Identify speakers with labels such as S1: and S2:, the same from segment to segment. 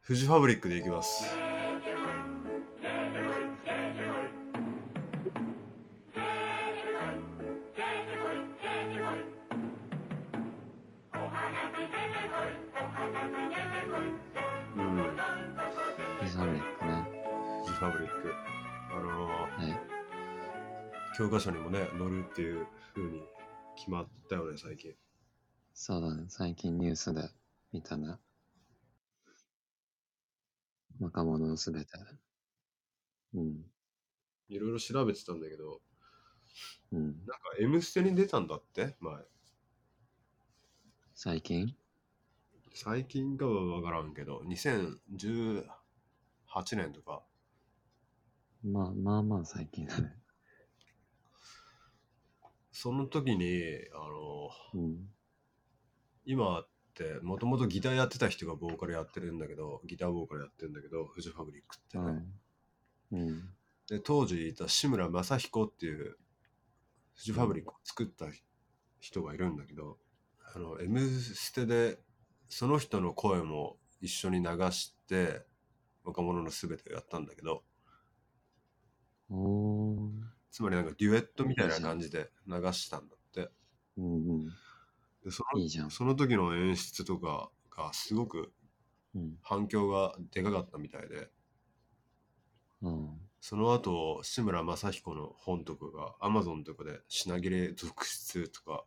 S1: フジファブリックでいきます。
S2: うん。フジファブリックね。
S1: フジファブリック。あのー
S2: はい。
S1: 教科書にもね、載るっていう風に決まったよね、最近。
S2: そうだね。最近ニュースで見たな。若者のすべて。うん。
S1: いろいろ調べてたんだけど、
S2: うん。
S1: なんか M ステに出たんだって前。
S2: 最近
S1: 最近かはわからんけど、2018年とか、
S2: まあまあまあ最近だね。
S1: その時に、あのー
S2: うん。
S1: 今って、もともとギターやってた人がボーカルやってるんだけど、ギターボーカルやってるんだけど、フジファブリックってね。
S2: うん。うん。
S1: で、当時いた志村正彦っていう、フジファブリックを作った人がいるんだけど、あの、M ステで、その人の声も一緒に流して、若者のすべてをやったんだけど、
S2: おー。
S1: つまりなんかデュエットみたいな感じで流したんだって。
S2: うんうん。
S1: で、そ
S2: いいじゃん
S1: の、。その時の演出とかがすごく
S2: うん。
S1: 反響がでかかったみたいで、
S2: うん。
S1: その後、志村正彦の本とかが Amazon とかで品切れ続出とか、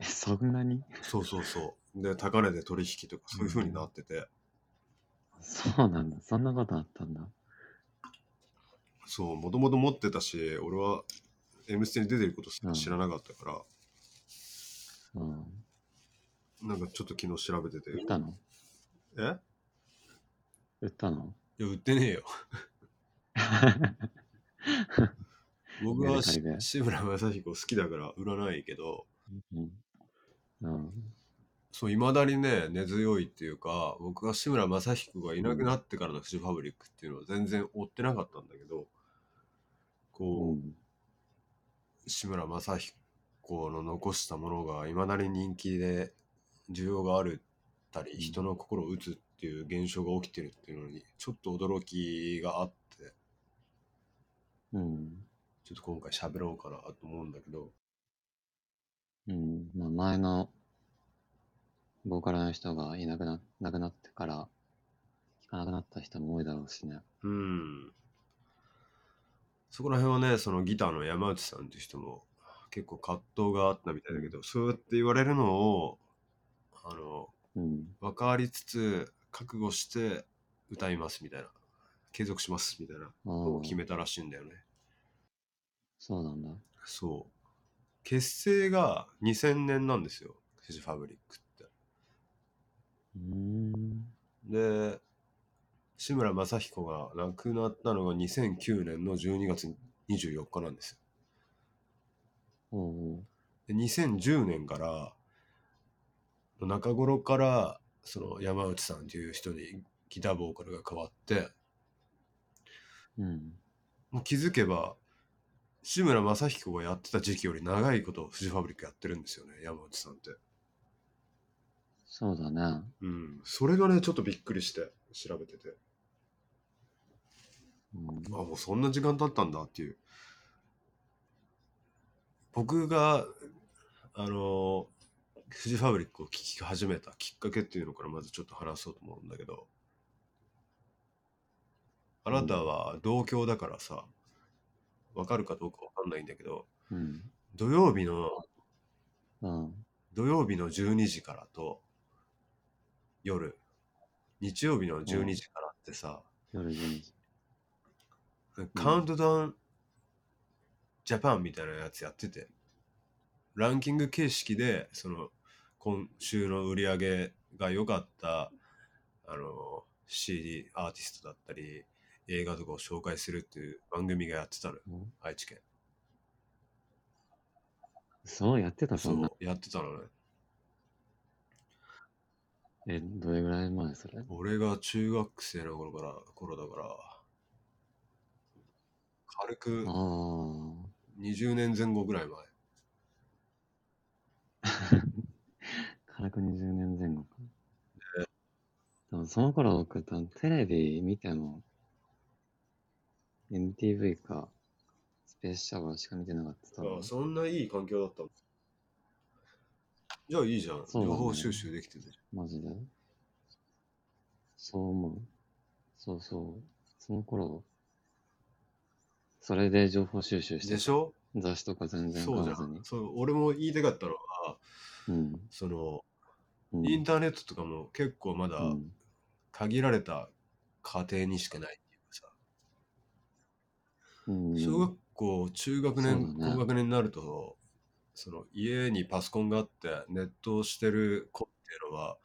S2: え、そんなに
S1: そうそうそう。で、高値で取引とか、そういう風になってて、
S2: そうなんだ。そんなことあったんだ。
S1: そう、もともと持ってたし、俺は M ステに出てることすら知らなかったから、
S2: うん。
S1: なんかちょっと昨日調べてて、
S2: 売ったの
S1: え
S2: 売ったの
S1: いや、売ってねえよ。僕
S2: メ
S1: は
S2: ルカ
S1: し
S2: リで
S1: 志村正彦好きだから売らないけど、
S2: うん。うん。
S1: そう、いまだにね、根強いっていうか、僕は志村正彦がいなくなってからのフジファブリックっていうのは全然追ってなかったんだけど、こう、
S2: うん。
S1: 志村正彦の残したものがいまだに人気で需要があるったり
S2: うん
S1: 人の心を打つっていう現象が起きてるっていうのにちょっと驚きがあって
S2: うん。
S1: ちょっと今回喋ろうかなと思うんだけど
S2: うん、まあ、前のボーカルの人がいなくななくなってから聞かなくなった人も多いだろうしね。
S1: うんそこら辺はねそのギターの山内さんっていう人も結構葛藤があったみたいだけどそうやって言われるのをあの
S2: うん。
S1: 分かりつつ覚悟して歌いますみたいな継続しますみたいな
S2: あ
S1: を
S2: あ、
S1: 決めたらしいんだよね。
S2: そうなんだ。
S1: そう。結成が2000年なんですよ。フジファブリックって。
S2: うーん。
S1: で、志村正彦が亡くなったのが2009年の12月24日なんですよ。
S2: おう
S1: で2010年から、の中頃から、その山内さんという人にギターボーカルが変わって、
S2: おう。うん。
S1: もう気づけば、志村正彦がやってた時期より長いことフジファブリックやってるんですよね、山内さんって。
S2: そうだね。
S1: うん、それがね、ちょっとびっくりして、調べてて。
S2: うん。
S1: あ、もうそんな時間経ったんだっていう。僕が、あの、フジファブリックを聴き始めたきっかけっていうのからまずちょっと話そうと思うんだけど、あなたは同郷だからさ、わかるかどうかわかんないんだけど、
S2: うん。
S1: 土曜日の、
S2: うん。
S1: 土曜日の12時からと、夜、日曜日の12時からってさ、
S2: 夜10時。
S1: カウントダウンジャパンみたいなやつやってて、ランキング形式で、その、今週の売り上げが良かった、あの、CD アーティストだったり、映画とかを紹介するっていう番組がやってたのよ、
S2: お
S1: 愛知県。
S2: そうやってた、そ
S1: そ
S2: んな。
S1: う、やってたのね。
S2: え、どれぐらい前それ
S1: 俺が中学生の頃から、頃だから、軽く
S2: ああ。
S1: 20年前後ぐらい前。
S2: 軽く20年前後か。でもその頃僕、多分テレビ見ても、MTV か、スペースシャワーしか見てなかった。多分
S1: あそんないい環境だったのじゃあいいじゃん、
S2: そうだね
S1: 情報収集できてて
S2: マジでそう思う。そうそう。その頃、それで情報収集して
S1: で
S2: た
S1: しょ
S2: 雑誌とか全然買
S1: そうじゃ
S2: わずに
S1: ん。そう俺も言いたかったのは
S2: うん。
S1: その
S2: うん
S1: インターネットとかも結構まだ
S2: うん
S1: 限られた家庭にしかないっていうかさ、
S2: うん。
S1: 小学校中学年、
S2: そうだね
S1: 高学年になるとその家にパソコンがあってネットをしてる子っていうのは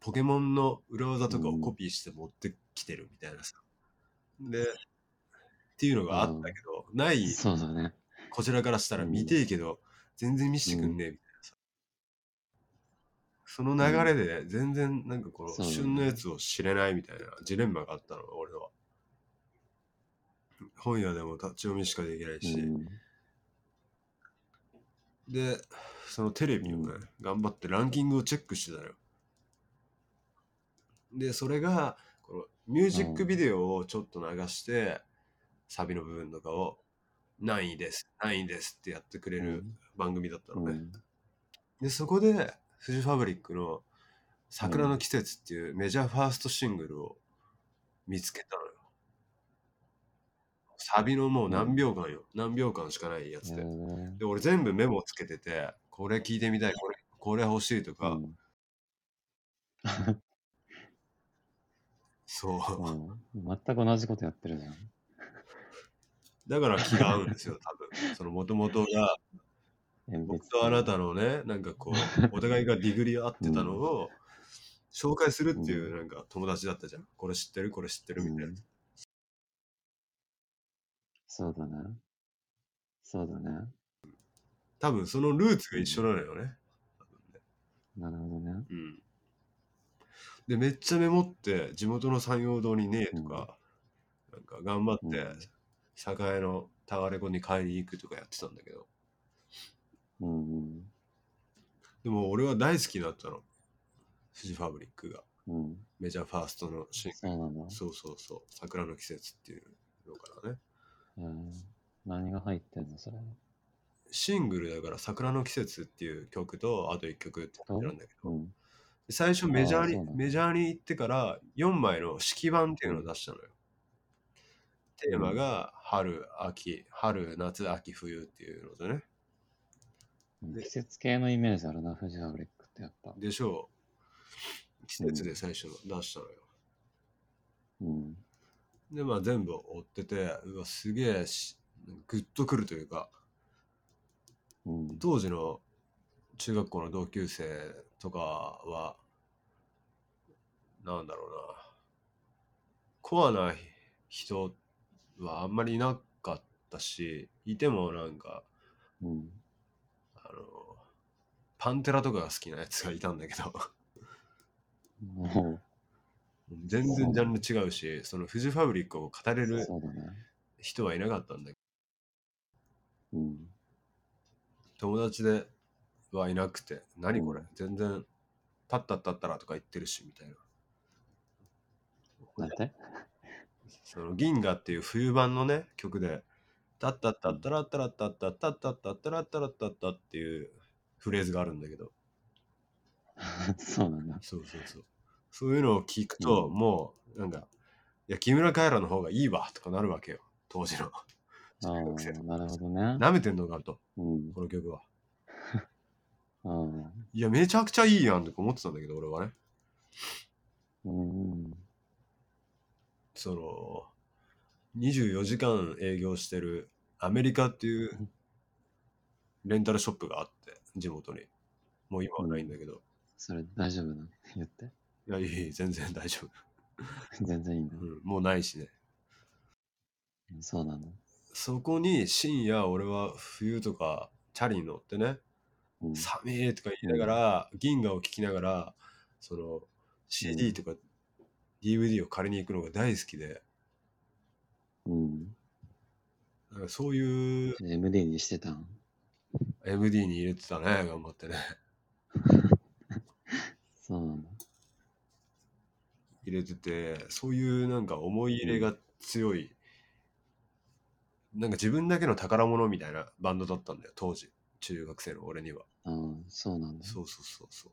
S1: ポケモンの裏技とかをコピーして持ってきてるみたいなさ、でっていうのがあったけど、ない
S2: そうだね。
S1: こちらからしたら見ていいけど、全然見せてくんねえみたいなさ、その流れで全然なんかこ
S2: そう
S1: の
S2: だね
S1: 旬のやつを知れないみたいなジレンマがあったの俺は本屋でも立ち読みしかできないうし、
S2: ん。
S1: でそのテレビをね、
S2: う
S1: 頑張ってランキングをチェックしてたのよでそれがこのミュージックビデオをちょっと流して、サビの部分とかを何位です何位ですってやってくれ
S2: う
S1: る、
S2: ん
S1: 番組だったの
S2: う
S1: ね、
S2: ん。
S1: でそこでフジファブリックの「桜の季節」っていうメジャーファーストシングルを見つけたのよサビのもう何秒間よ、何秒間しかないやつで、
S2: え
S1: で俺全部メモつけててこれ聞いてみたいこれこれ欲しいと
S2: ー
S1: か、
S2: うん
S1: そう
S2: うん全く同じことやってるじゃん。
S1: だから気が合うんです よ多分その元々が
S2: 鉛筆
S1: 僕とあなたのねなんかこう お互いがディグリ合ってたのを紹介するっていううなんか友達だったじゃんこれ知ってるこれ知ってるみたいな、
S2: うんそうだね。そうだね。
S1: 多分そのルーツが一緒なのよね。
S2: なるほどね。
S1: うん。で、めっちゃメモって、地元の山陽堂にねえとか、なんか頑張って
S2: うん、
S1: 栄のタワレコに買いに行くとかやってたんだけど、
S2: うんうん。
S1: でも俺は大好きになったの。フジファブリックが。
S2: うん。
S1: メジャーファーストのシン
S2: そうなんだ。
S1: そうそうそう。桜の季節っていうのからね。
S2: うん何が入ってんのそれ。
S1: シングルだから桜の季節っていう曲と、あと1曲って言ってるんだけど、
S2: うん。
S1: で最初メジャー
S2: あー
S1: に
S2: そうなんだ
S1: メジャーに行ってから4枚の式版っていうのを出したのよ。テーマが春、秋、春、夏、秋、冬っていうのでね。
S2: うん
S1: で
S2: 季節系のイメージあるな、フジファブリックってやっぱ。
S1: でしょう。季節で最初の出したのよ。
S2: うん。
S1: で、まあ全部追ってて、うわ、すげえし、グッとくるというか、
S2: うん。
S1: 当時の中学校の同級生とかは、なんだろうな、コアな人はあんまりいなかったし、いてもなんか、
S2: うん。
S1: あの、パンテラとかが好きなやつがいたんだけど、
S2: も
S1: 全然ジャンル違うし、そのフジファブリックを語れ
S2: う、
S1: る
S2: そうだね。
S1: 人はいなかったんだけど、
S2: うん。
S1: 友達ではいなくて、何これ
S2: うん、
S1: 全然、たったったったらとか言ってるし、みたいな。
S2: なんて
S1: その銀河っていう冬版のね曲で「タッタッタッタラッタラッタッタッタッタッタッタラッタラッタッタ」っていうフレーズがあるんだけど
S2: そうなんだ。
S1: そうそうそうそういうのを聞くと、
S2: うん
S1: もうなんか「いや木村カエラの方がいいわ」とかなるわけよ当時の
S2: あ
S1: 中学生
S2: あ、なるほどね。
S1: なめてんのかと
S2: うん。
S1: この曲は
S2: あ
S1: いやめちゃくちゃいいやんとか思ってたんだけど俺はね
S2: あ。うん。
S1: その24時間営業してるアメリカっていうレンタルショップがあって地元にもう今はないんだけど、
S2: それ大丈夫なの言って。
S1: いや、いいいい、全然大丈
S2: 全然いいんだ
S1: 夫。。うん、もうないしね。
S2: そうなんだ。
S1: そこに深夜、俺は冬とか、チャリに乗ってね、
S2: うん。
S1: 寒いとか言いながら、銀河を聴きながら、その、
S2: う
S1: CD
S2: ん
S1: とか DVD を借りに行くのが大好きで、
S2: うん。
S1: なんかそういう
S2: MD にしてたん
S1: MD に入れてたね、頑張ってね。
S2: そうなんだ。
S1: い入れててそういうなんか思い入れが強い、なんか自分だけの宝物みたいなバンドだったんだよ当時中学生の俺には
S2: ああ、そうなんだ。
S1: そうそうそうそ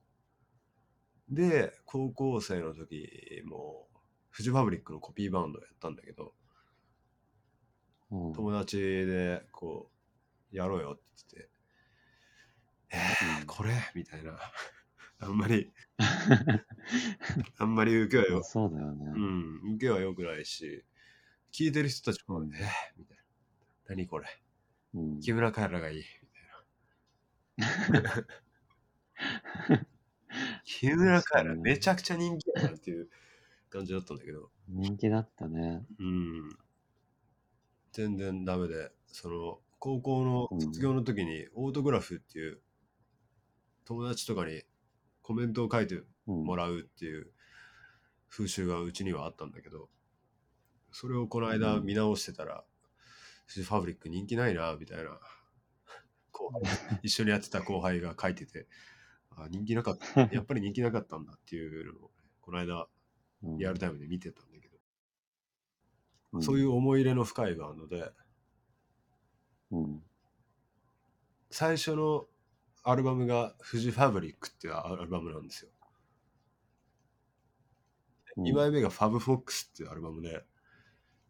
S1: うで高校生の時もフジファブリックのコピーバンドやったんだけど
S2: おう
S1: 友達でこうやろうよって言って「えー、これ?」みたいな あんま りあんまり受けは
S2: うん
S1: よ
S2: そうだよね。
S1: うん、受けは良くないし、聞いてる人たちもね、みたいな。何これ
S2: うん
S1: 木村カエラがいい。みたいな。木村カエラめちゃくちゃ人気やなっていう感じだったんだけど、
S2: 人気だったね。
S1: うん。全然ダメで、その、高校の卒業の時にオートグラフっていう友達とかにコメントを書いて
S2: うん。
S1: もらうっていう風習がうちにはあったんだけどそれをこの間
S2: うん
S1: 見直してたら「フジファブリック人気ないな」みたいな 後輩 一緒にやってた後輩が書いてて「あ人気なかった やっぱり人気なかったんだ」っていうのをこの間
S2: うん
S1: リアルタイムで見てたんだけど、
S2: うん
S1: そういう思い入れの深いバンドで
S2: うん。
S1: 最初のアルバムが「フジファブリック」っていうアルバムなんですよ。2枚目がファブフォックスっていうアルバムで、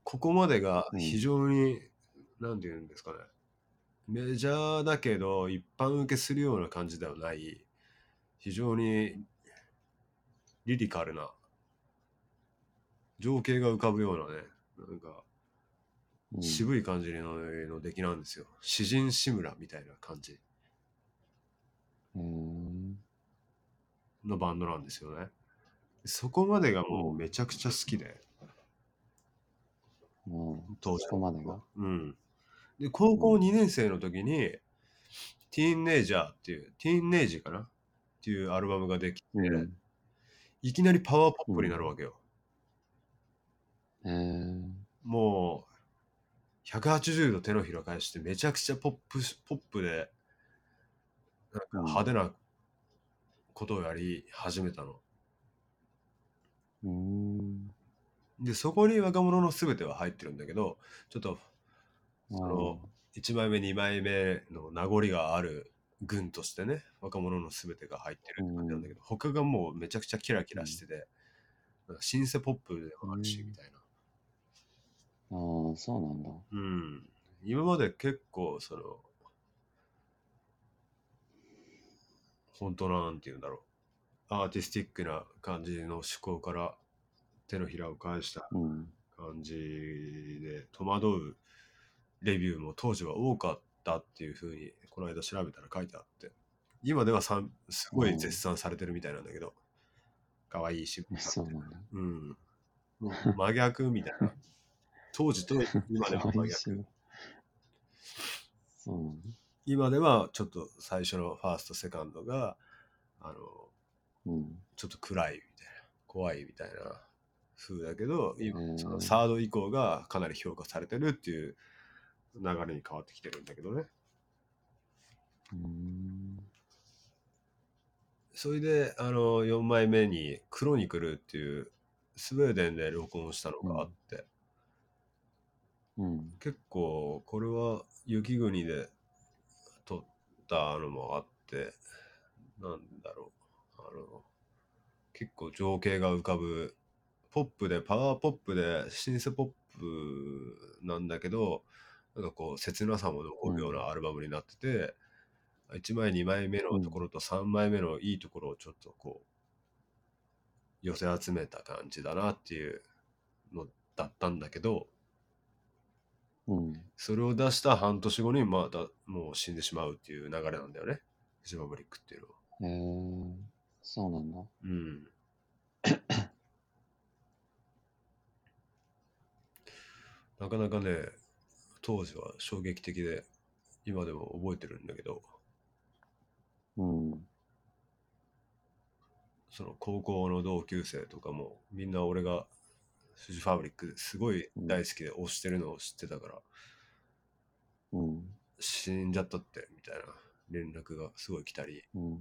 S1: ここまでが非常に、なんて言うんですかね、メジャーだけど、一般受けするような感じではない、非常にリリカルな、情景が浮かぶようなね、なんか
S2: うん
S1: 渋い感じのの出来なんですよ。詩人志村みたいな感じ
S2: うん
S1: のバンドなんですよね。そこまでがもうめちゃくちゃ好きで、
S2: もう、
S1: 当時
S2: そこまでが。
S1: うん。で、高校2年生の時に、ティーンネイジャーっていう、ティーンネイジかなっていうアルバムができて、
S2: うん。
S1: いきなりパワーポップになるわけよ。
S2: えー、
S1: もう、180度手のひら返して、めちゃくちゃポップし、ポップで、なんか派手なことをやり始めたの。
S2: うん。
S1: で、そこに若者の全ては入ってるんだけど、ちょっと
S2: そ
S1: の1枚目2枚目の名残がある軍としてね若者の全てが入ってるって感じなんだけど、他がもうめちゃくちゃキラキラしてて、なんかシンセポップでもあるし、
S2: うん
S1: みたいな、
S2: ああ、そうなんだ。
S1: うん、今まで結構その本当なんて言うんだろうアーティスティックな感じの思考から手のひらを返した
S2: うん。
S1: 感じで戸惑うレビューも当時は多かったっていうふうにこの間調べたら書いてあって今ではさんすごい絶賛されてるみたいなんだけど可愛いし、
S2: そうなんだ。
S1: うん、もう真逆みたいな当時と今では
S2: 可
S1: 真
S2: 愛
S1: 逆
S2: いしそうなんだ。
S1: 今ではちょっと最初のファーストセカンドがあの
S2: うん。
S1: ちょっと暗いみたいな怖いみたいな風だけど今
S2: うん
S1: そのサード以降がかなり評価されてるっていう流れに変わってきてるんだけどね
S2: うん。
S1: それであの4枚目に「クロニクル」っていうスウェーデンで録音したのがあって、
S2: うん。
S1: 結構これは雪国で撮ったのもあってなんだろうあの結構情景が浮かぶポップでパワーポップでシンセポップなんだけどなんかこう切なさも残るようなアルバムになってて、1枚2枚目のところと3枚目のいいところをちょっとこう寄せ集めた感じだなっていうのだったんだけど、
S2: うん。
S1: それを出した半年後にまたもう死んでしまうっていう流れなんだよね。フジファブリックっていうのは。
S2: えー、そうなんだ。
S1: うん。なかなかね、当時は衝撃的で、今でも覚えてるんだけど、
S2: うん。
S1: その高校の同級生とかもみんな俺がフジファブリックすごい大好きで推してるのを知ってたから、
S2: うん。
S1: 死んじゃったってみたいな連絡がすごい来たり、
S2: うん。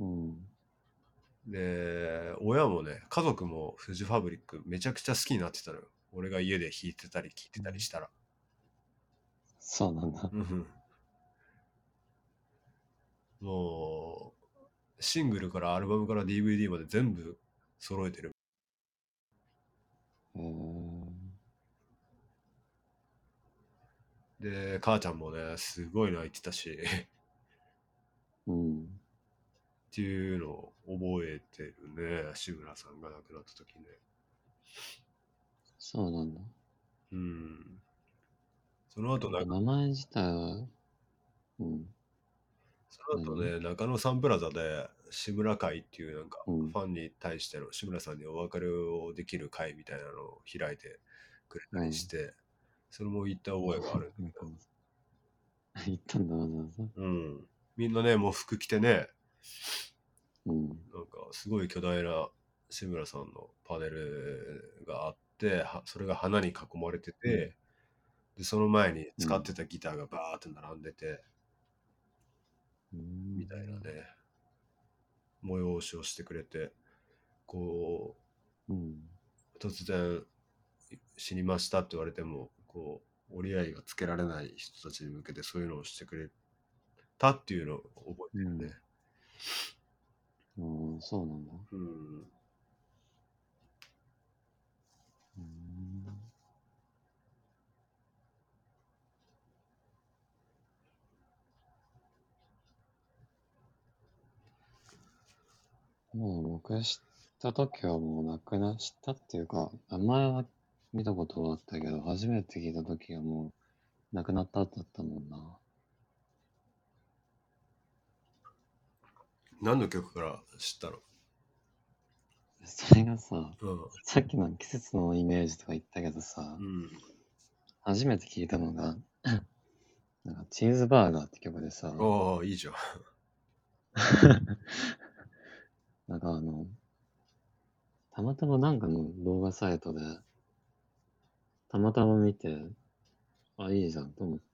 S2: うん。
S1: で、親もね、家族もフジファブリックめちゃくちゃ好きになってたのよ。俺が家で弾いてたり聴いてたりしたら。
S2: そうなんだ。
S1: うんもう、シングルからアルバムから DVD まで全部揃えてる。
S2: えー、
S1: で、母ちゃんもね、すごい泣いてたし、
S2: うん。
S1: っていうのを覚えてるね、志村さんが亡くなった時ね。
S2: そうなんだ。
S1: うん。その後な、
S2: 名前自体は、うん。
S1: その後ね、中野サンプラザで、志村会っていうなんか、
S2: う
S1: フ
S2: ん
S1: ァンに対しての志村さんにお別れをできる会みたいなのを開いてくれたりして、それも行った覚えがあるんだけど、
S2: 言ったんだ、わざわざ。
S1: うん。みんなね、もう服着てね、
S2: うん。
S1: なんかすごい巨大な志村さんのパネルがあってはそれが花に囲まれてて、でその前に使ってたギターがバーって並んでて、み
S2: み
S1: たいな。ね催しをしてくれてこ
S2: うん。
S1: う突然死にましたって言われてもこう折り合いがつけられない人たちに向けてそういうのをしてくれたっていうのを覚えてるね。
S2: うん、そうなんだ。
S1: うん
S2: うん。もう僕知った時はもうなくな、知ったっていうか、名前は見たことはあったけど、初めて聞いた時はもう、亡くなった後だったもんな。
S1: 何の曲から知ったの、
S2: それがさ、
S1: うん
S2: さっきの季節のイメージとか言ったけどさ、
S1: うん
S2: 初めて聞いたのが、なんかチーズバーガーって曲でさ、
S1: ああ、いいじゃん。
S2: なんかあの、たまたまなんかの動画サイトで、たまたま見て、あ、いいじゃんと思って、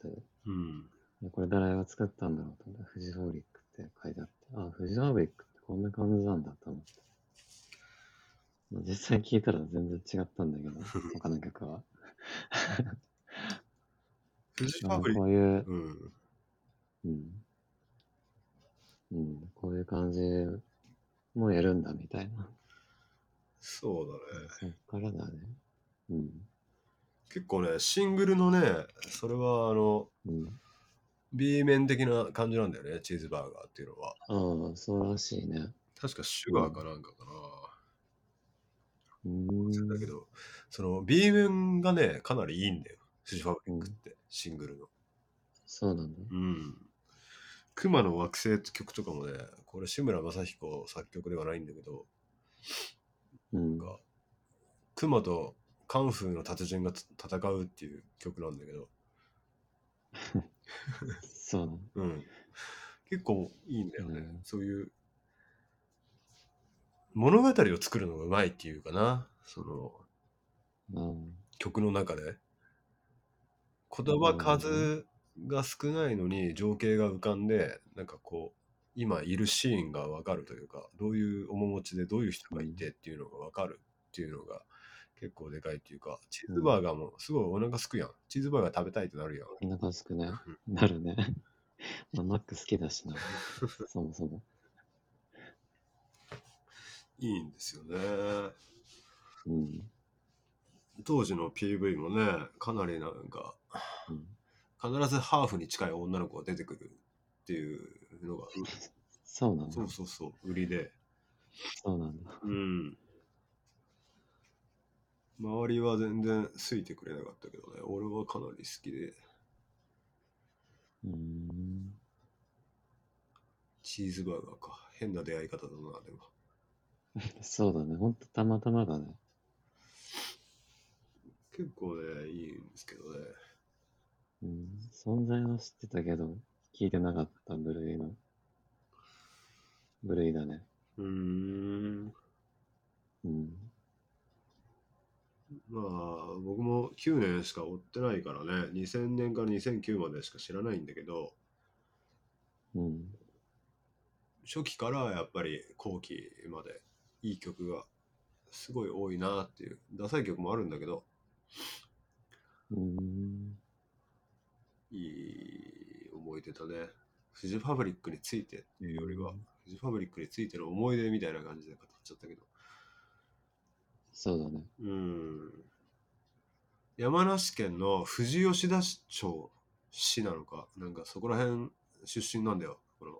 S1: うん。
S2: でこれ誰が作ったんだろうと思って、フジファブリックって書いてあって、あ、フジファブリックってこんな感じなんだと思って。まあ実際聞いたら全然違ったんだけど、 他の曲は。
S1: フジフ
S2: まあ
S1: ァブリッ
S2: こ
S1: ク。
S2: ういう、
S1: うん。
S2: うん。うん、こういう感じもやるんだみたいな。
S1: そうだね。
S2: そっからだね。うん。
S1: 結構ね、シングルのね、それはあの、
S2: うん。
S1: B 面的な感じなんだよね、チーズバーガーっていうのは。
S2: ああ、そうらしいね。
S1: 確かシュガーかなんかかな。
S2: うーん。
S1: だけど、その B 面がね、かなりいいんだよ。フジファブリックって、シングルの。
S2: そうなんだ。
S1: うん。熊の惑星って曲とかもね、これ志村正彦作曲ではないんだけど、
S2: うん。
S1: が熊とカンフーの達人がつ戦うっていう曲なんだけど、
S2: そうなんだ。
S1: うん、結構いいんだよね、
S2: うん
S1: そういう物語を作るのがうまいっていうかなその
S2: うん。
S1: 曲の中で言葉数が少ないのに情景が浮かんでなんかこう今いるシーンがわかるというかどういう面持ちでどういう人がいてっていうのがわかるっていうのが結構でかいっていうかチーズバーガーもすごいお腹すくやんチーズバーガー食べたいってなるやん
S2: お腹すくね。なるね。まあ、マック好きだしな。そもそも。
S1: いいんですよね
S2: うん。
S1: 当時の PV もねかなりなんか
S2: うん、
S1: 必ずハーフに近い女の子が出てくるっていうのが
S2: そうなんだ。
S1: そうそうそう売りで
S2: そうなんだ。
S1: うん周りは全然好いてくれなかったけどね俺はかなり好きで
S2: うーん。
S1: チーズバーガーか変な出会い方だなでも
S2: そうだね。ほんとたまたまだね。
S1: 結構ねいいんですけどね
S2: うん。存在は知ってたけど、聞いてなかった部類の。部類だね。
S1: うーん
S2: うん。
S1: まあ僕も9年しか追ってないからね2000年から2009までしか知らないんだけど
S2: うん。
S1: 初期からやっぱり後期までいい曲がすごい多いなっていうダサい曲もあるんだけど
S2: うーん。
S1: いい思い出だねフジファブリックについてっていうよりはフジファブリックについての思い出みたいな感じで語っちゃったけど
S2: そうだね。
S1: うん山梨県の富士吉田市町市なのかなんかそこら辺出身なんだよこの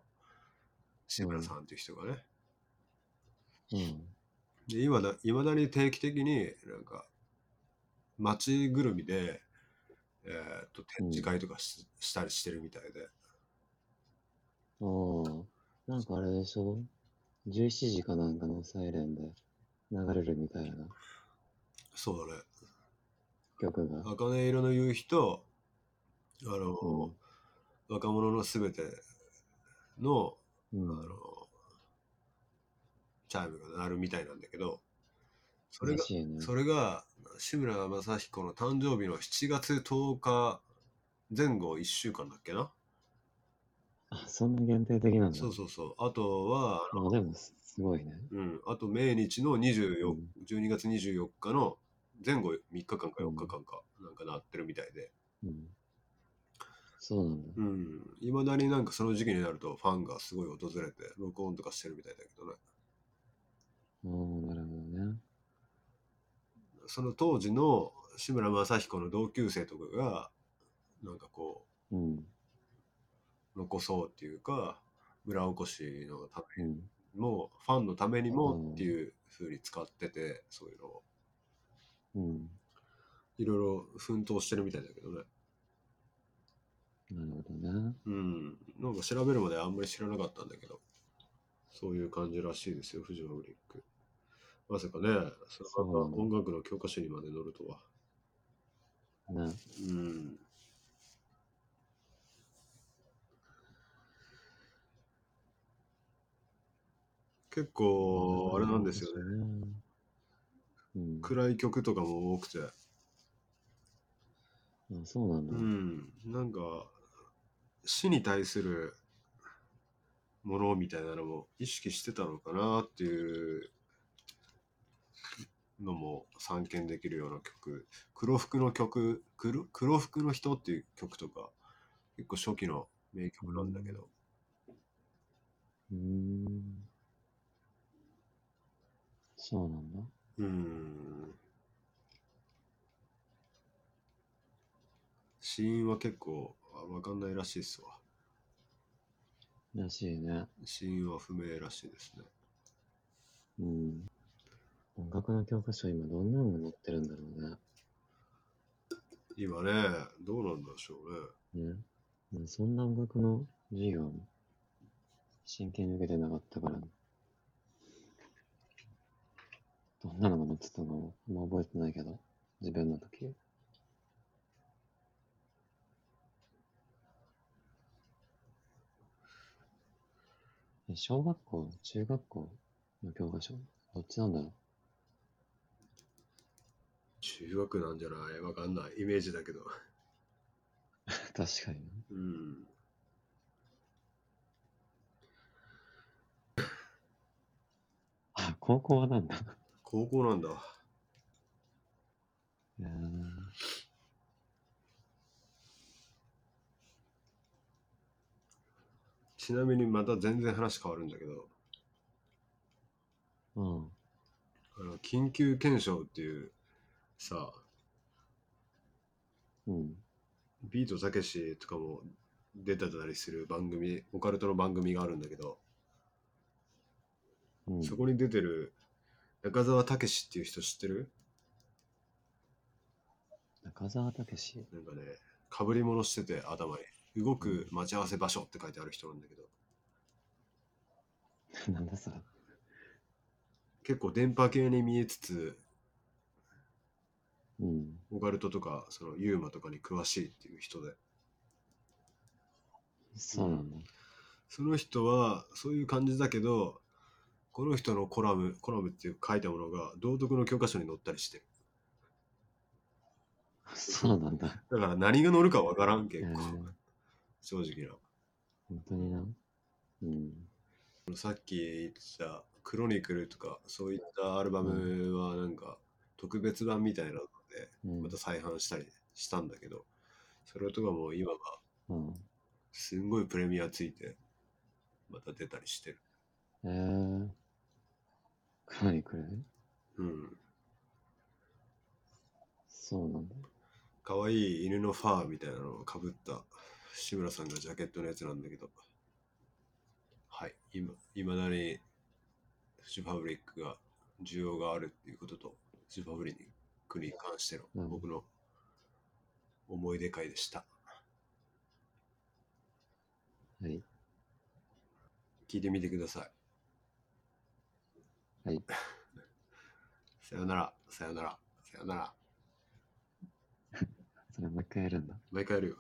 S1: 志村さんっていう人がね、
S2: うん。
S1: で今だいまだに定期的になんか街ぐるみで、えー、と展示会とかし,、したりしてるみたいで
S2: ああ、なんかあれでしょ ?17 時かなんかのサイレンで流れるみたいな
S1: そうだね
S2: 曲が。
S1: 茜色の夕日とあの、
S2: うん
S1: 若者のすべての
S2: う
S1: あ
S2: ん
S1: の。チャイムが鳴るみたいなんだけどそれが
S2: らしいね。
S1: それが志村正彦の誕生日の7月10日前後1週間だっけな
S2: あ、そんな限定的なんだ。
S1: そうそうそうあとは
S2: あ、でもすすごいね。
S1: うん、あと命日の24、
S2: うん
S1: 12月24日の前後3日間か4日間かなんかなってるみたいで、
S2: うん。そうなんだ。
S1: うん、いまだになんかその時期になるとファンがすごい訪れて録音とかしてるみたいだけどね、
S2: ああ、なるほどね。
S1: その当時の志村正彦の同級生とかが、なんかこ
S2: うん。
S1: う、残そうっていうか、村おこしのた
S2: う
S1: めに
S2: ん。
S1: も、ファンのためにもっていう風に使ってて、そういうのを、
S2: うん。
S1: いろいろ奮闘してるみたいだけどね。
S2: なるほどね。
S1: うん、なんか調べるまであんまり知らなかったんだけど、そういう感じらしいですよ、フジファブリック。まさかね、そのまま
S2: そう
S1: 音楽の教科書にまで載るとは。
S2: な、
S1: うん。結構、あれなんですよね。
S2: ね。うん。
S1: 暗い曲とかも多くて。
S2: あそうなんだ。
S1: うん。なんか、死に対するものみたいなのも意識してたのかなっていうのも散見できるような曲。黒服の曲、黒黒服の人っていう曲とか、結構初期の名曲なんだけど。
S2: うーん。そうなんだ。
S1: うん。死因は結構あわかんないらしいっすわ。
S2: らしいね。
S1: 死因は不明らしいですね。
S2: うん。音楽の教科書、今どんなのが載ってるんだろうね。
S1: 今ね、どうなんでしょうね。
S2: ね。うんそんな音楽の授業も真剣に受けてなかったから、どんなのが載ってたのかも、あんま覚えてないけど、自分の時。え小学校、中学校の教科書、どっちなんだろ
S1: 中学なんじゃないわかんない。イメージだけど。
S2: う確かにね。
S1: うん。
S2: あ、高校はなんだ。
S1: 高校なんだ。
S2: いやー
S1: ちなみにまた全然話変わるんだけど、
S2: うん。
S1: あの緊急検証っていうさ、
S2: うん。
S1: ビートたけしとかも出てたりする番組、オカルトの番組があるんだけど、
S2: うん。
S1: そこに出てる中澤たけしっていう人知ってる
S2: 中澤武史。
S1: なんかね、かぶり物してて頭に。動く待ち合わせ場所って書いてある人なんだけど、
S2: なんだそれ。
S1: 結構電波系に見えつつ、
S2: うん。
S1: オカルトとか、そのユーマとかに詳しいっていう人で、
S2: そうなんだ。
S1: その人はそういう感じだけど、この人のコラム、コラムっていう書いたものが道徳の教科書に載ったりしてる。
S2: そうなんだ。
S1: だから何が載るかわからん結構
S2: うん、
S1: 正直な。
S2: 本当にな。うん。
S1: さっき言ってた「クロニクル」とかそういったアルバムはなんか特別版みたいなので
S2: うん
S1: また再販したりしたんだけどそれとかも今は
S2: うん。
S1: すんごいプレミアついてまた出たりしてる
S2: えー。かなりくれ
S1: うん
S2: そうなんだ。
S1: 可愛い犬のファーみたいなのをかぶった志村さんがジャケットのやつなんだけどはい今いまだにフジファブリックが需要があるっていうこととフジファブリックに関して
S2: う
S1: の
S2: ん
S1: 僕の思い出会でした
S2: はい。
S1: 聞いてみてください
S2: はい
S1: さよならさよならさよなら
S2: それもう一回やるんだ。
S1: 毎回やるよ